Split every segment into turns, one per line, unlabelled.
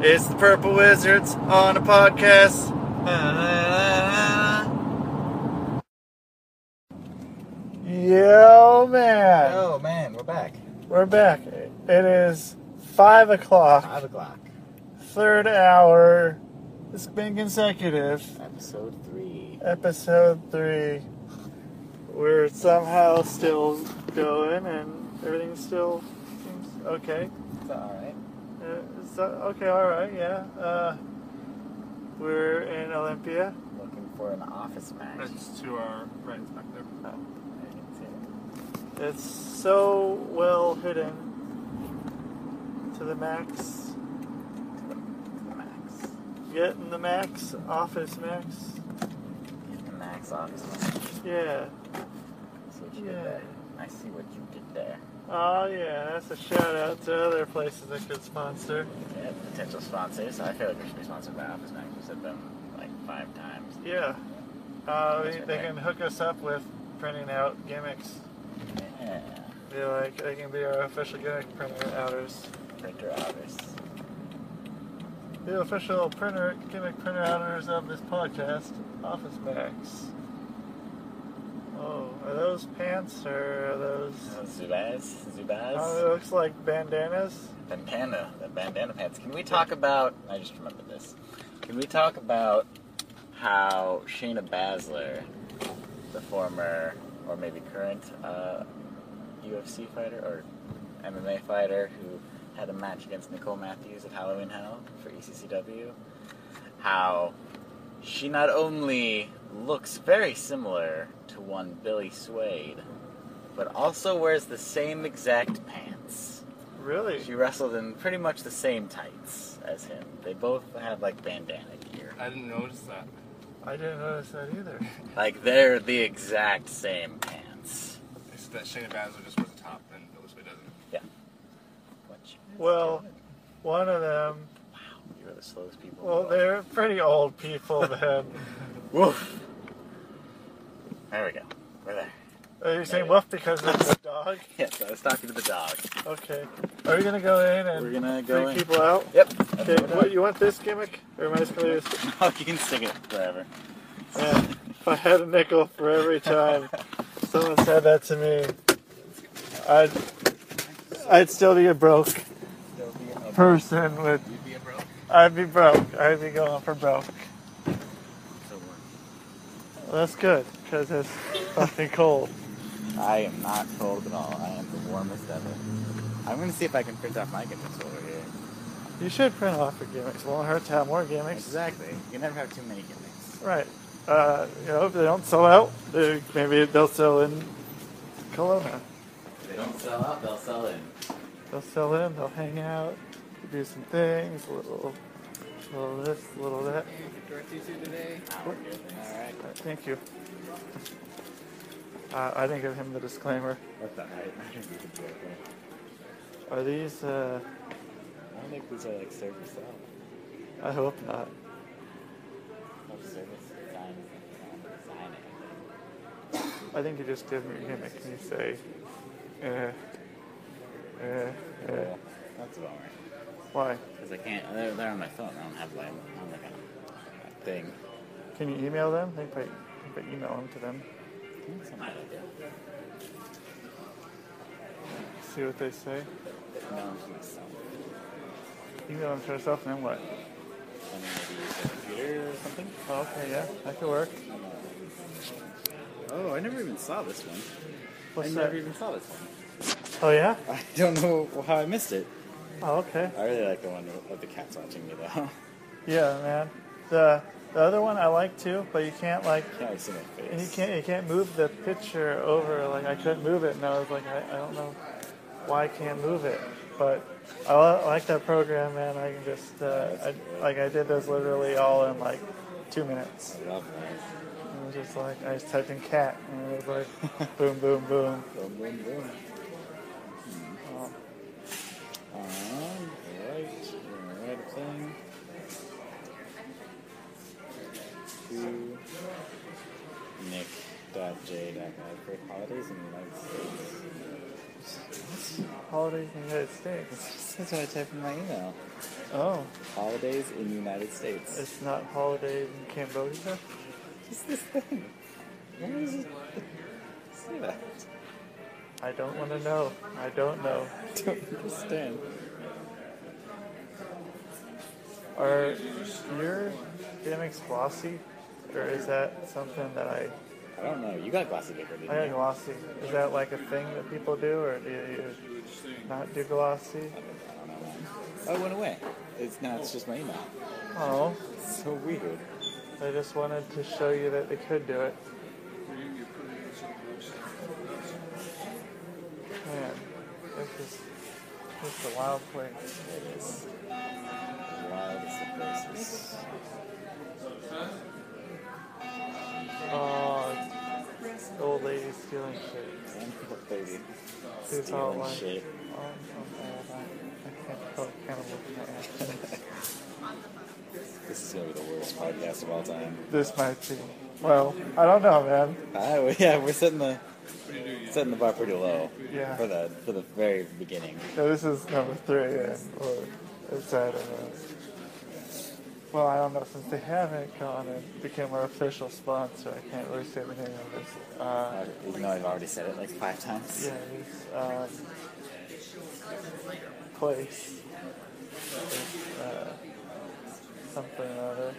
It's the Purple Wizards on a podcast. Yo, man.
Oh man, we're back.
We're back. It is 5 o'clock,
Five o'clock,
third hour. It's been consecutive.
episode three.
Episode 3. We're somehow still going, and everything still seems okay.
It's all right.
Uh, so, okay, alright, yeah. Uh, we're in Olympia.
Looking for an office match.
That's to our right back there.
It's so well hidden to the max.
Max.
Get in the max, office max.
The Max office match.
Yeah.
See what you did there. I see what you did there.
Oh, yeah, that's a shout out to other places that could sponsor.
Yeah, potential sponsors. I feel like we should be sponsored by Office Max. We said them like five times.
Yeah. Uh, we- they can hook us up with printing out gimmicks.
Yeah.
Be like, they can be our official gimmick printer outers.
Printer office.
The official printer gimmick printer outers of this podcast, Office Max. Oh, are those pants or are those?
Zubaz.
Oh,
Zubaz.
it looks like bandanas.
bandana, the bandana pants. Can we talk about? I just remembered this. Can we talk about how Shayna Baszler, the former or maybe current uh, UFC fighter or MMA fighter who had a match against Nicole Matthews at Halloween Hell for E ECCW, how she not only looks very similar to one Billy Swade, but also wears the same exact pants.
Really?
She wrestled in pretty much the same tights as him. They both have like bandana gear.
I didn't notice that.
I didn't notice that either.
Like they're the exact same pants.
It's that Shayna Baszler just wears a top and Billy Sway doesn't.
Yeah. What you-
Well, one of them.
You're the slowest people. in
Well,
the world.
they're pretty old people then.
Woof. There we go. We're there.
Are you saying woof because it's a dog?
Yes, I was talking to the dog.
Okay. Are we gonna go in and
We're gonna go
freak
in.
people out?
Yep.
Okay. What you want this gimmick? Or am I just gonna use?
Oh, you can sing it forever.
Yeah, if I had a nickel for every time someone said that to me, I'd I'd still be a broke person with
You'd be a bro.
I'd be broke. I'd be going for broke. That's good because it's fucking cold.
I am not cold at all. I am the warmest ever. I'm gonna see if I can print off my gimmicks over here.
You should print off your gimmicks. Won't hurt to have more gimmicks.
Exactly. You never have too many gimmicks.
Right. Uh, you know, if they don't sell out, they, maybe they'll sell in Kelowna.
If they don't sell out, they'll sell in.
They'll sell in, they'll hang out, do some things, a little, little this, a little that.
Alright.
All right, Thank you. Uh, I didn't give him the disclaimer.
What the height? I don't think it's okay.
Are these? Uh,
I don't think these are like service out.
I hope not.
Like service design, design it.
I think you just give me your gimmick and you say, uh, uh, uh,
That's a bummer.
why?
Because I can't, they're, they're on my phone. I don't have like, I don't like a thing.
Can you email them? I think I, I think I email them to them.
That's not a good idea.
See what they say.
No, I'm just gonna sell it.
Email them to herself and then what?
And maybe use a computer or something.
Oh, okay, yeah, that could work.
Oh, I never even saw this one.
What's
I
that?
never even saw this one.
Oh yeah.
I don't know how I missed it.
Oh okay.
I really like the one with the cats watching me though.
Yeah, man. The the other one I like too, but you can't like
can't really see my face.
and you can't you can't move the picture over. Like I couldn't move it, and I was like, I, I don't know why I can't move it, but I li- like that program, man. I can just uh, I, like I did those literally all in like two minutes.
I love that.
It was just like I just typed in cat, and it was like boom, boom, boom.
Boom, boom, boom. Um, alright, alright, thing. To nick.j.live for holidays in the United States.
Holidays in the United States.
That's what I typed in my email.
Oh,
Holidays in the United States.
it's not holidays in Cambodia.
It's this thing. Why does it say that?
I don't want to know. I don't know.
I don't understand.
Are your gimmicks glossy, or is that something that I?
I don't know. You got glossy paper,
I got
didn't you?
glossy. Is that like a thing that people do, or do you not do glossy?
Oh, it went away. It's now it's just my email.
Oh,
It's so weird.
I just wanted to show you that they could do it. Man, this is this is a wild place.
There it is. Wildest of places.
Oh, old lady stealing shit.
Wonderful baby.
Dude, it's all
Stealing
like-
shit.
Oh, oh, I can't tell cannibal from my ass.
This is gonna be the worst podcast of all time.
This might be. Well, I don't know, man.
Ah, well, yeah, we're setting the setting the bar pretty low.
Yeah.
For the for the very beginning.
No, this is number three, yeah, or inside of us. Well, I don't know, since they haven't gone and became our official sponsor, I can't really say the name of this. Uh,
Uh, Even though I've already said it like five times.
yeah, this um, place. It's, uh, something or other.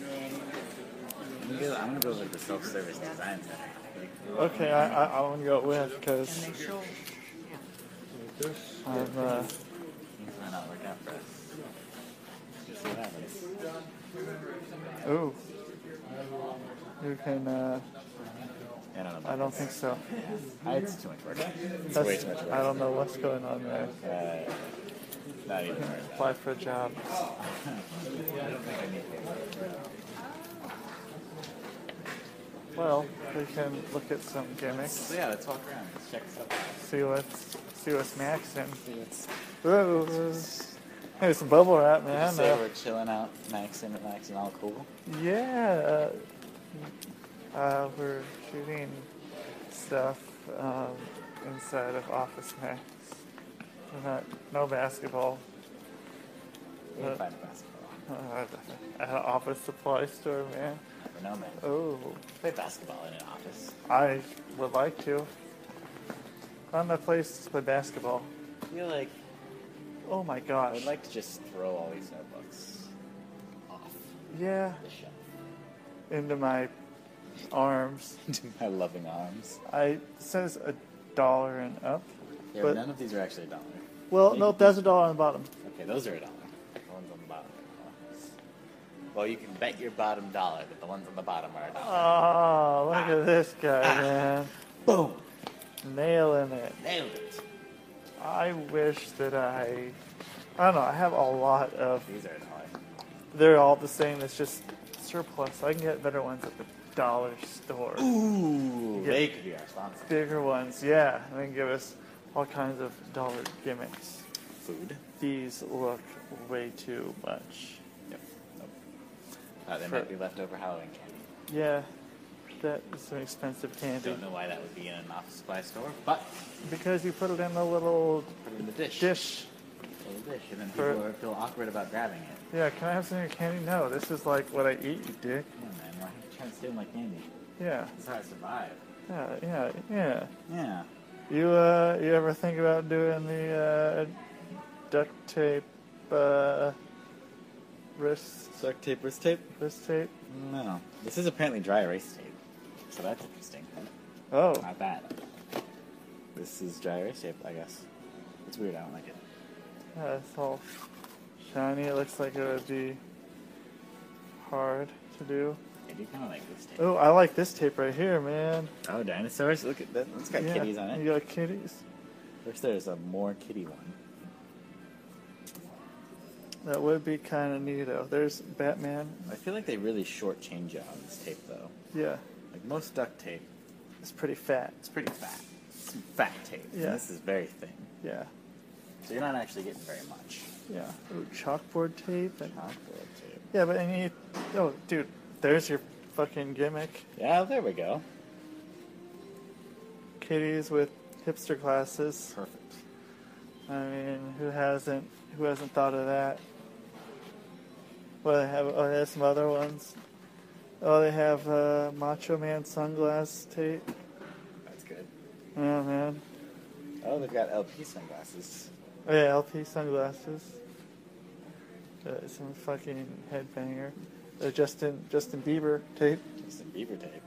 I'm gonna go, I'm gonna go with the self-service design. thing.
Okay, I, I, I want to go with, because I'm, uh,
Things might not work out for us. Just see what happens.
ooh. You can, uh,
I don't know.
I don't think so.
I, it's too much work. It's way
That's,
too much work.
I don't know what's going on there.
Uh, not even worth it.
apply for a job. Well, we can look at some gimmicks,
So yeah, let's walk around. Let's check this out.
see what's see what's maxing.
See what's-
Ooh, hey, some bubble wrap,
Just
man.
say
Uh,
we're chilling out, maxing and maxing all cool.
yeah, uh, uh, we're shooting stuff um, inside of Office Max. We're not no basketball.
We can find a basketball.
Uh, at an office supply store, man.
Never know, man.
Oh.
Play basketball in an office.
I would like to. Found a place to play basketball.
I feel like
Oh my
I
gosh.
would like to just throw all these notebooks off
yeah,
the shelf
into my arms.
into my loving arms.
I it says a dollar and up. But-
Yeah, but none of these are actually a dollar.
Well, no, that's a dollar on the bottom.
Okay, those are a dollar. The ones on the bottom. are a dollar. Well, you can bet your bottom dollar that the ones on the bottom are a dollar.
Oh, look at this guy, man.
Boom!
Nailing it.
Nailed it.
I wish that I. I don't know, I have a lot of.
These are a dollar.
They're all the same, it's just surplus. I can get better ones at the dollar store.
Ooh,
Yeah.
they could be our sponsor.
bigger ones, yeah, and then give us all kinds of dollar gimmicks.
Food.
These look way too much.
Yep. Nope. Uh, they might be leftover Halloween candy.
Yeah, that is some expensive candy.
Don't know why that would be in an office supply store, but
Because you put it in a little
put it in the dish.
dish.
Little dish, and then
For-
people are, feel awkward about grabbing it.
Yeah, can I have some of your candy? No, this is like what I eat, you dick.
Come on, man. Why are you trying to steal my candy?
Yeah,
That's how I survive.
yeah, yeah, yeah.
Yeah.
You uh, you ever think about doing the uh, duct tape uh, wrist
Suck tape, wrist tape?
wrist tape.
No. This is apparently dry erase tape. So that's interesting.
Oh,
Not bad. This is dry erase tape, I guess. It's weird, I don't like it.
yeah, it's all shiny. It looks like it would be hard to do.
I do kind of like this tape.
Oh, I like this tape right here, man.
Oh, dinosaurs? Look at that. It's got
yeah,
kitties on it.
You got kitties.
Looks there's a more kitty one.
That would be kind of neato. There's Batman.
I feel like they really shortchange it on this tape, though.
Yeah,
Like most duct tape,
it's pretty fat.
it's pretty fat. It's some fat tape. and
Yeah.
this is very thin.
Yeah,
So you're not actually getting very much.
yeah. Ooh, chalkboard tape. And,
Chalkboard tape.
yeah, but and you. Oh, dude, there's your fucking gimmick.
Yeah, there we go.
Kitties with hipster glasses.
Perfect.
I mean, who hasn't? Who hasn't thought of that? Well, they have. Oh, they have some other ones. Oh, they have uh, Macho Man sunglass tape.
That's good.
Yeah, man.
Oh, they've got LP sunglasses.
Oh, yeah, LP sunglasses. Uh, some fucking headbanger. Uh, Justin Justin Bieber tape.
Justin Bieber tape.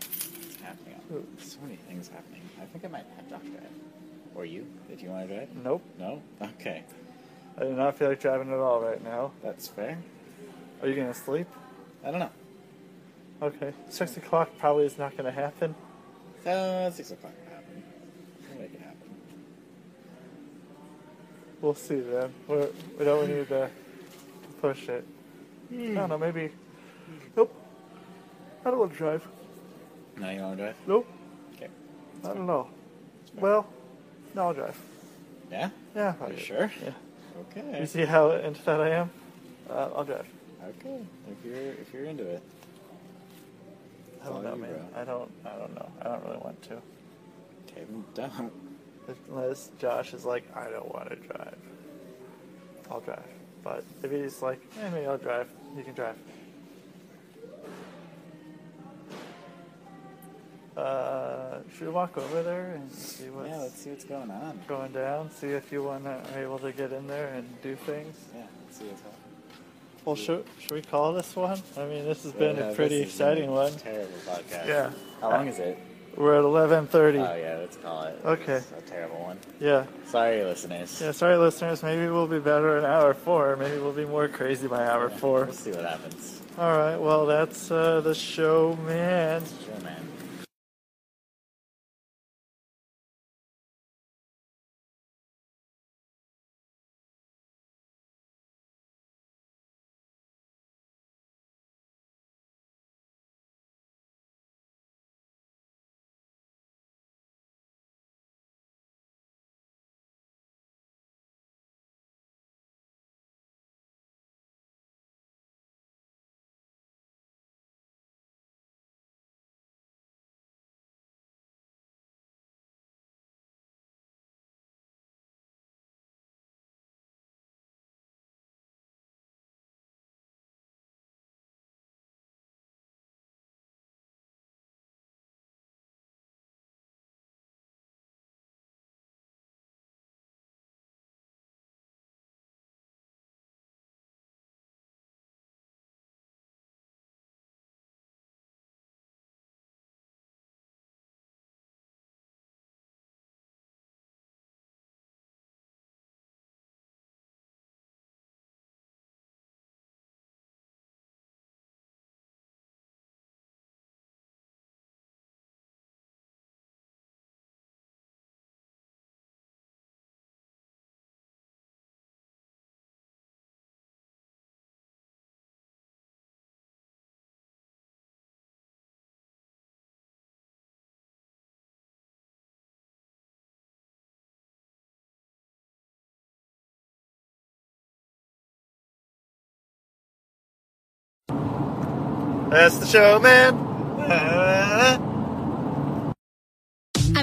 What's happening?
Ooh.
So many things happening. I think I might have Doc drive. Or you? Did you want to drive?
Nope.
No? Okay.
I do not feel like driving at all right now.
That's fair.
Are you gonna sleep?
I don't know.
Okay. Six o'clock probably is not gonna happen.
So, 6 o'clock will happen. We'll make it happen.
We'll see then. We're, we don't need to push it.
Hmm.
I don't know. Maybe. Nope. I don't want to drive.
No, you want to drive?
Nope.
Okay.
I don't know. Well, no, I'll drive.
Yeah?
Yeah.
Are
I'll
you
do it.
sure?
Yeah. You
Okay.
see how into that I am? Uh, I'll drive.
Okay. If you're if you're into it.
I don't
all
know,
you,
man.
bro.
I don't. I don't know. I don't really want to.
Okay, then don't.
Unless Josh is like, I don't want to drive. I'll drive. But if he's like, eh, maybe I'll drive. You can drive. Uh, should we walk over there and see what's
Yeah, let's see what's going on.
going down? See if you wanna are able to get in there and do things.
Yeah, let's see what's happening.
Well, should should we call this one? I mean, this has been
Yeah,
a
this
pretty
is a
exciting one.
Terrible podcast.
Yeah.
How long is it?
We're at eleven thirty.
Oh yeah, let's call it.
Okay.
It's a terrible one.
yeah.
Sorry, listeners.
Yeah, sorry, listeners. Maybe we'll be better in hour four. Maybe we'll be more crazy by hour four.
We'll see what happens.
All right. Well, that's uh, the show, man.
Sure, man.
That's the show, man.
A